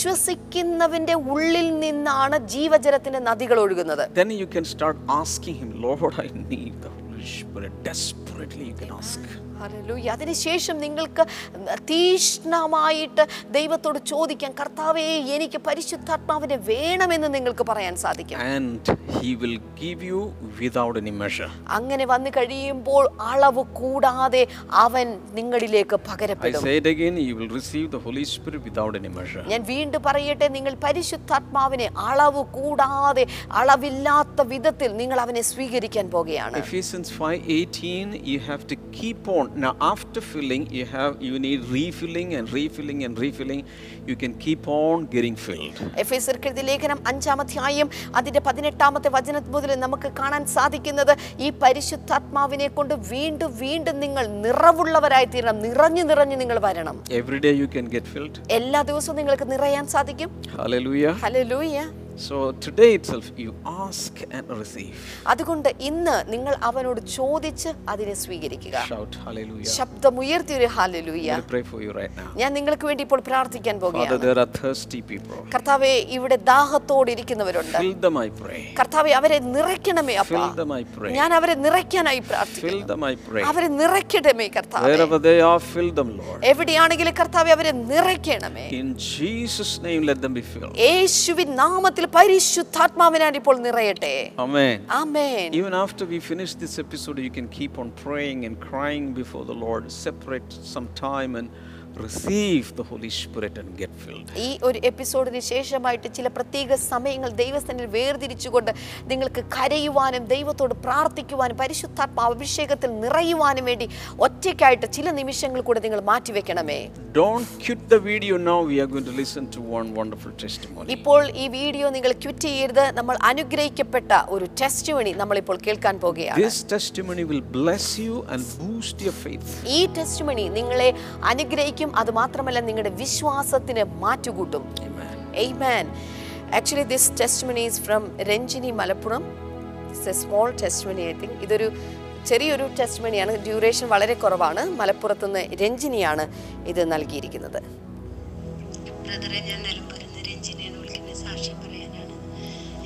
B: വിശ്വസിക്കുന്നവൻ്റെ ഉള്ളിൽ നിന്നാണ് ജീവജലത്തിൻ്റെ നദികൾ ഒഴുകുന്നത്
A: Then you can start asking Him, Lord, I need the Holy Spirit. Desperately, you can ask.
B: Hallelujah. അതിനുശേഷം നിങ്ങൾക്ക് തീഷ്ണമായിട്ട് ദൈവത്തോട് ചോദിക്കാം കർത്താവേ എനിക്ക് പരിശുദ്ധാത്മാവിനെ വേണമെന്ന് നിങ്ങൾക്ക് പറയാൻ സാധിക്കും
A: And He will give you without any measure.
B: അങ്ങനെ വന്നു കഴിയുമ്പോൾ അളവ് കൂടാതെ അവൻ നിങ്ങളിലേക്ക്
A: I
B: പകരപ്പെടും
A: say it again, you will receive the Holy Spirit without any measure.
B: ഞാൻ വീണ്ടും പറയട്ടെ നിങ്ങൾ പരിശുദ്ധാത്മാവിനെ അളവ് കൂടാതെ അളവില്ലാത്ത വിധത്തിൽ നിങ്ങൾ അവനെ സ്വീകരിക്കാൻ പോകുകയാണ്
A: Ephesians 5:18 you have to keep on now after filling you have you need refilling and refilling and refilling you can keep on getting filled
B: F S ലേഖനം അഞ്ചാം അധ്യായം അതിന്റെ പതിനെട്ടാമത്തെ വചനം മുതൽ നമുക്ക് കാണാൻ സാധിക്കുന്നത് ഈ പരിശുദ്ധാത്മാവിനെ കൊണ്ട് വീണ്ടും വീണ്ടും നിങ്ങൾ നിറവുള്ളവരായി തീരണം നിറഞ്ഞു നിറഞ്ഞു നിങ്ങൾ വരണം
A: every day you can get filled
B: എല്ലാ ദിവസവും നിങ്ങൾക്ക് നിറയാൻ സാധിക്കും
A: hallelujah
B: hello
A: so today itself you ask and receive
B: അതുകൊണ്ട് ഇന്ന് നിങ്ങൾ അവനോട് ചോദിച്ച് അതിനെ സ്വീകരിക്കുക
A: shout hallelujah
B: ശബ്ദമുയർത്തി ഒരു ഹലലൂയ
A: i pray for you right now
B: ഞാൻ നിങ്ങൾക്ക് വേണ്ടി ഇപ്പോൾ പ്രാർത്ഥിക്കാൻ
A: father
B: പോകുകയാണ്
A: there are thirsty people
B: കർത്താവെ ഇവിടെ ദാഹത്തോടിരിക്കുന്നവരുണ്ട്
A: fill them i pray
B: കർത്താവെ അവരെ നിറയ്ക്കണമേ അപ്പാ
A: fill them i pray
B: ഞാൻ അവരെ നിറയ്ക്കാനായി പ്രാർത്ഥിക്കുന്നു
A: fill them i pray
B: അവരെ നിറയ്ക്കണമേ കർത്താവെ
A: wherever they are fill them lord
B: എവിടെയാണെങ്കിലും കർത്താവെ അവരെ നിറയ്ക്കണമേ
A: in jesus name let them be filled
B: യേശുവിൻ നാമത്തിൽ പരിശുദ്ധാത്മാവിനാൽ ഇപ്പോൾ നിറയട്ടെ
A: amen
B: amen
A: Even after we finish this episode, you can keep on praying and crying before the Lord. Separate some time and receive the Holy Spirit and get filled.
B: ഈ ഒരു എപ്പിസോഡിന് ശേഷമായിട്ട് ചില പ്രത്യേക സമയങ്ങൾ ദൈവസ്ഥനിൽ വേർതിരിച്ചുകൊണ്ട് നിങ്ങൾക്ക് കരയുവാനും ദൈവത്തോട് പ്രാർത്ഥിക്കുവാനും പരിശുദ്ധാത്മാവ് അഭിഷേകത്തിൽ നിറയുവാനും വേണ്ടി ഒറ്റയ്ക്കായിട്ട് ചില നിമിഷങ്ങൾ കൂടെ നിങ്ങൾ മാറ്റിവെക്കണമേ
A: Don't quit the video now. We are going to listen to one wonderful testimony.
B: ഇപ്പോൾ ഈ വീഡിയോ നിങ്ങൾ ക്വിറ്റ് ചെയ്യരുത് നമ്മൾ അനുഗ്രഹിക്കപ്പെട്ട ഒരു ടെസ്റ്റ് വഴി നമ്മളിപ്പോൾ കേൾക്കാൻ പോകുകയാണ്
A: This testimony will bless you and boost your faith.
B: ഈ ടെസ്റ്റ് മണി നിങ്ങളെ അനുഗ്രഹിക്കും അത് മാത്രമല്ല നിങ്ങളുടെ വിശ്വാസത്തിന് മാറ്റുകൂട്ടും
A: Amen.
B: Amen. Actually, this testimony is from Renjini Malappuram. It's a small testimony, I think. ഇതൊരു ചെറിയൊരു ടെസ്റ്റ്മണിയാണ് ഡ്യൂറേഷൻ വളരെ കുറവാണ് മലപ്പുറത്ത് നിന്ന് രഞ്ജിനിയാണ് ഇത് നൽകിയിരിക്കുന്നത്
D: ബ്രദറെ ഞാൻ നിലമ്പൂരുന്ന രഞ്ജിനെയാണ് വിളിക്കുന്നത് സാക്ഷ്യം പറയാനാണ്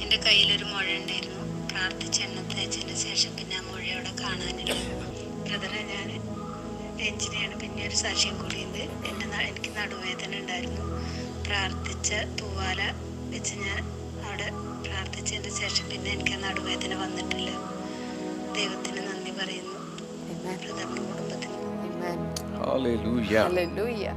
D: എൻ്റെ കയ്യിലൊരു മുഴ ഉണ്ടായിരുന്നു പ്രാർത്ഥിച്ച് എണ്ണ തേച്ചതിന് ശേഷം പിന്നെ ആ മുഴയോടെ കാണാനില്ല ബ്രദറെ ഞാൻ രഞ്ജിനിയാണ് പിന്നെ ഒരു സാക്ഷ്യം കൂടിയുണ്ട് എൻ്റെ ന- എനിക്ക് നടുവേദന ഉണ്ടായിരുന്നു പ്രാർത്ഥിച്ച തൂവാല വെച്ച് ഞാൻ അവിടെ പ്രാർത്ഥിച്ചതിന് ശേഷം പിന്നെ എനിക്ക് ആ നടുവേദന വന്നിട്ടില്ല ദൈവത്തിന് നന്ദി പറയുന്നു
B: Amen.
D: ബ്രദറിനും കുടുംബത്തിനും
B: Amen.
A: Hallelujah.
B: Hallelujah.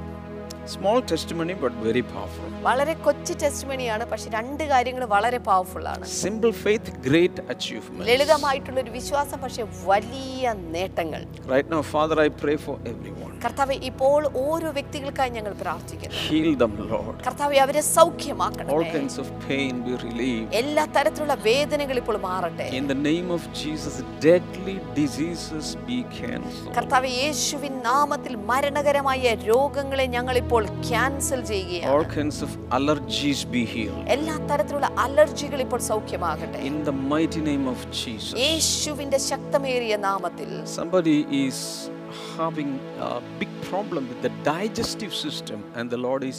A: Small testimony, but very powerful.
B: വളരെ കൊച്ചു ടെസ്റ്റിമണിയാണ് പക്ഷെ രണ്ട് കാര്യങ്ങൾ വളരെ പവർഫുൾ ആണ്
A: Simple faith, great achievement.
B: ലളിതമായിട്ടുള്ള ഒരു വിശ്വാസം പക്ഷെ വലിയ നേട്ടങ്ങൾ
A: Right now, Father, I pray for everyone.
B: കർത്താവ് ഇപ്പോൾ ഓരോ വ്യക്തികൾക്കായി ഞങ്ങൾ പ്രാർത്ഥിക്കുന്നു
A: Heal them, Lord.
B: കർത്താവ് അവരെ
A: All
B: സൗഖ്യമാക്കണം
A: kinds of pain be relieved.
B: എല്ലാ തരത്തിലുള്ള വേദനകൾ ഇപ്പോൾ മാറട്ടെ
A: In the name of Jesus, deadly diseases be cancelled.
B: കർത്താവ് യേശുവിൻ നാമത്തിൽ മരണകരമായ രോഗങ്ങളെ ഞങ്ങൾ ഇപ്പോൾ ക്യാൻസൽ
A: All
B: ചെയ്യുകയാണ്
A: kinds of allergies be healed.
B: എല്ലാ തരത്തിലുള്ള അലർജികൾ ഇപ്പോൾ സൗഖ്യമാകട്ടെ
A: In the mighty name of Jesus.
B: യേശുവിന്റെ ശക്തമേറിയ നാമത്തിൽ
A: Somebody is having a big problem with the digestive system, and the Lord is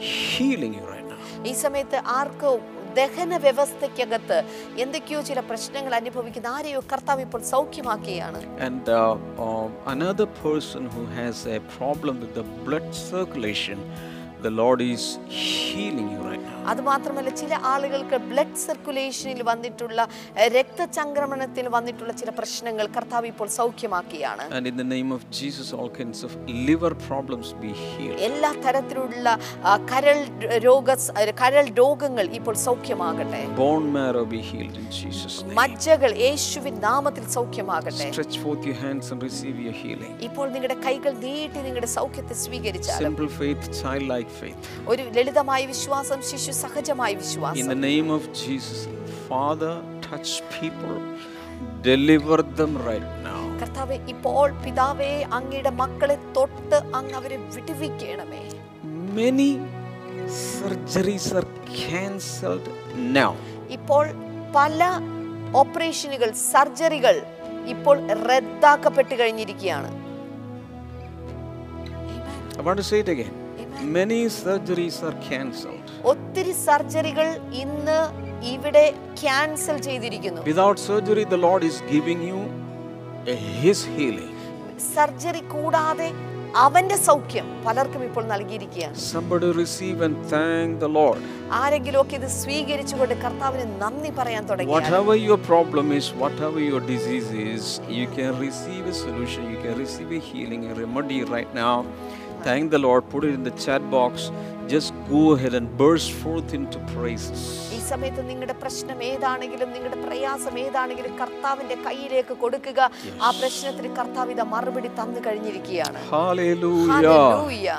A: healing you right now.
B: ഈ സമയത്ത് ആർക്കോ ദഹന വ്യവസ്ഥയ്ക്കകത്ത് എന്തൊക്കെയോ ചില പ്രശ്നങ്ങൾ അനുഭവിക്കുന്ന ആരെയോ കർത്താവ് ഇപ്പോൾ സൗഖ്യമാക്കുകയാണ്
A: And uh, um, another person who has a problem with the blood circulation, the Lord is healing you right now.
B: അതുമാത്രമല്ല ചില ആളുകൾക്ക് ബ്ലഡ് സർക്കുലേഷനിൽ വന്നിട്ടുള്ള എഹ്, രക്തചംക്രമണത്തിൽ വന്നിട്ടുള്ള ചില പ്രശ്നങ്ങൾ കർത്താവ് ഇപ്പോൾ സൗഖ്യമാക്കുകയാണ്
A: And in the name of Jesus, all kinds of liver problems be healed.
B: എല്ലാ തരത്തിലുള്ള ആ, കരൾ രോഗ കരൾ രോഗങ്ങൾ ഇപ്പോൾ സൗഖ്യമാകട്ടെ
A: Bone marrow be healed in Jesus' name.
B: മജ്ജകൾ യേശുവിൻ നാമത്തിൽ സൗഖ്യമാകട്ടെ
A: Stretch forth your hands and receive your healing.
B: ഇപ്പോൾ നിങ്ങളുടെ കൈകൾ നീട്ടി നിങ്ങളുടെ സൗഖ്യത്തെ സ്വീകരിച്ചാലും
A: Simple faith, childlike faith.
B: ഒരു ലളിതമായ വിശ്വാസം ശിശു സഹജമായ വിശ്വാസം
A: In the name of Jesus, Father, touch people, deliver them right now.
B: കർത്താവെ ഇപ്പോൾ പിതാവേ അങ്ങയുടെ മക്കളെ തൊട്ട് അങ്ങ് അവരെ വിടുവിക്കണമേ
A: Many surgeries are cancelled now.
B: ഇപ്പോൾ പല ഓപ്പറേഷനുകൾ സർജറികൾ ഇപ്പോൾ റദ്ദാക്കപ്പെട്ട് കഴിഞ്ഞിരിക്കുകയാണ്
A: I want to say it again. Many surgeries are cancelled.
B: ഒത്തിരി സർജറികൾ ഇന്ന് ഇവിടെ ക്യാൻസൽ ചെയ്തിരിക്കുന്നു
A: Without surgery, the Lord is giving you a- His healing.
B: Surgery കൂടാതെ അവന്റെ സൗഖ്യം പലർക്കും ഇപ്പോൾ നൽകിയിരിക്കുകയാണ്
A: Somebody receive and thank the Lord.
B: ആരെങ്കിലുമൊക്കെ ഇത് സ്വീകരിച്ചുകൊണ്ട് കർത്താവിന് നന്ദി പറയാൻ തുടങ്ങി
A: Whatever your problem is, whatever your disease is, you can receive a solution, you can receive a healing, a remedy right now. Thank the Lord. Put it in the chat box. Just go ahead and burst forth into praises.
B: ഈ സമയത്ത് നിങ്ങളുടെ പ്രശ്നം ഏതാണെങ്കിലും നിങ്ങളുടെ പ്രയാസം ഏതാണെങ്കിലും കർത്താവിന്റെ കയ്യിലേക്ക് കൊടുക്കുക ആ പ്രശ്നത്തിന് കർത്താവ് ഇത് മറുപടി തന്നു കഴിഞ്ഞിരിക്കുകയാണ്
A: Hallelujah.
B: Hallelujah.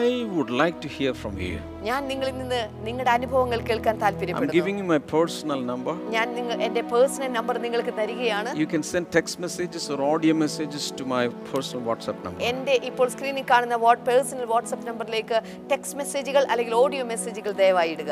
A: I would like to hear from you.
B: ഞാൻ നിങ്ങളിൽ നിന്ന് നിങ്ങളുടെ അനുഭവങ്ങൾ കേൾക്കാൻ
A: I'm
B: താല്പര്യപ്പെടുന്നു
A: giving you my personal number.
B: ഞാൻ നിങ്ങൾ എന്റെ പേഴ്സണൽ നമ്പർ നിങ്ങൾക്ക് തരികയാണ്
A: You can send text messages or audio messages to my personal WhatsApp number.
B: എന്റെ ഇപ്പോൾ സ്ക്രീനിൽ കാണുന്ന വാട്ട് പേഴ്സണൽ വാട്സപ്പ് നമ്പറിലേക്ക് ടെക്സ്റ്റ് മെസ്സേജുകൾ അല്ലെങ്കിൽ ഓഡിയോ മെസ്സേജുകൾ ദയവായി ഇടുക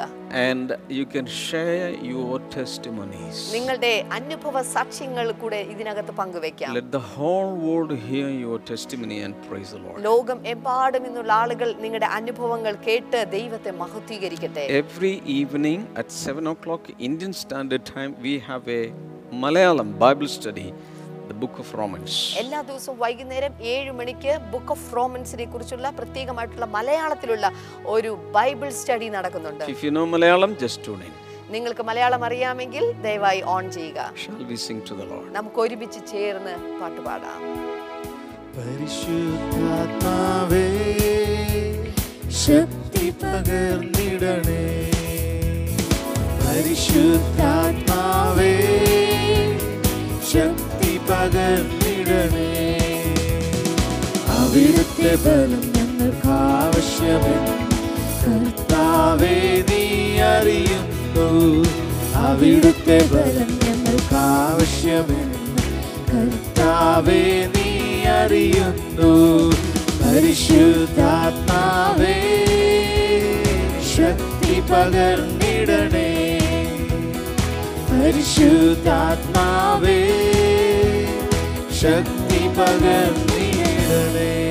A: And you can share your testimonies.
B: നിങ്ങളുടെ അനുഭവ സാക്ഷ്യങ്ങൾ കൂടെ ഇതിനകത്ത് പങ്കുവെക്കാം
A: Let the whole world hear your testimony and praise the Lord.
B: ലോകം എമ്പാടും ഇന്നുള്ള ആളുകൾ നിങ്ങളുടെ അനുഭവങ്ങൾ കേട്ട് ദൈവത്തെ മഹത്വീകരിക്കട്ടെ
A: Every evening at 7 o'clock Indian Standard Time, we have a Malayalam Bible study, the book of Romans.
B: എല്ലാ ദിവസവും വൈകുന്നേരം ഏഴ് മണിക്ക് ബുക്ക് ഓഫ് റോമൻസിനെ കുറിച്ചുള്ള പ്രത്യേകമായിട്ടുള്ള മലയാളത്തിലുള്ള ഒരു ബൈബിൾ സ്റ്റഡി നടക്കുന്നുണ്ട്
A: If you know Malayalam, just tune in.
B: നിങ്ങൾക്ക് മലയാളം അറിയാമെങ്കിൽ ദയവായി ഓൺ ചെയ്യുക
A: Shall we sing to the Lord?
B: നമുക്ക് ഒരുമിച്ച് ചേർന്ന് പാട്ടുപാടാം
C: പരിശുദ്ധാത്മാവേ ശക്തി പകർന്നിടണേ പരിശുദ്ധാത്മാവേ ശക്തി പകർന്നിടണേ അവിടുത്തെ ബലം ഞങ്ങൾക്ക് ആവശ്യമുണ്ട് കർത്താവേ നീ അറിയുന്നു അവിടുത്തെ ബലം ഞങ്ങൾക്ക് ആവശ്യമെന്ന് കർത്താവേ നീ അറിയുന്നു പരിശുദ്ധാത്മാവേ ശക്തി പകർന്നിടണേ പരിശുദ്ധാത്മാവേ ശക്തി പകർന്നിടണേ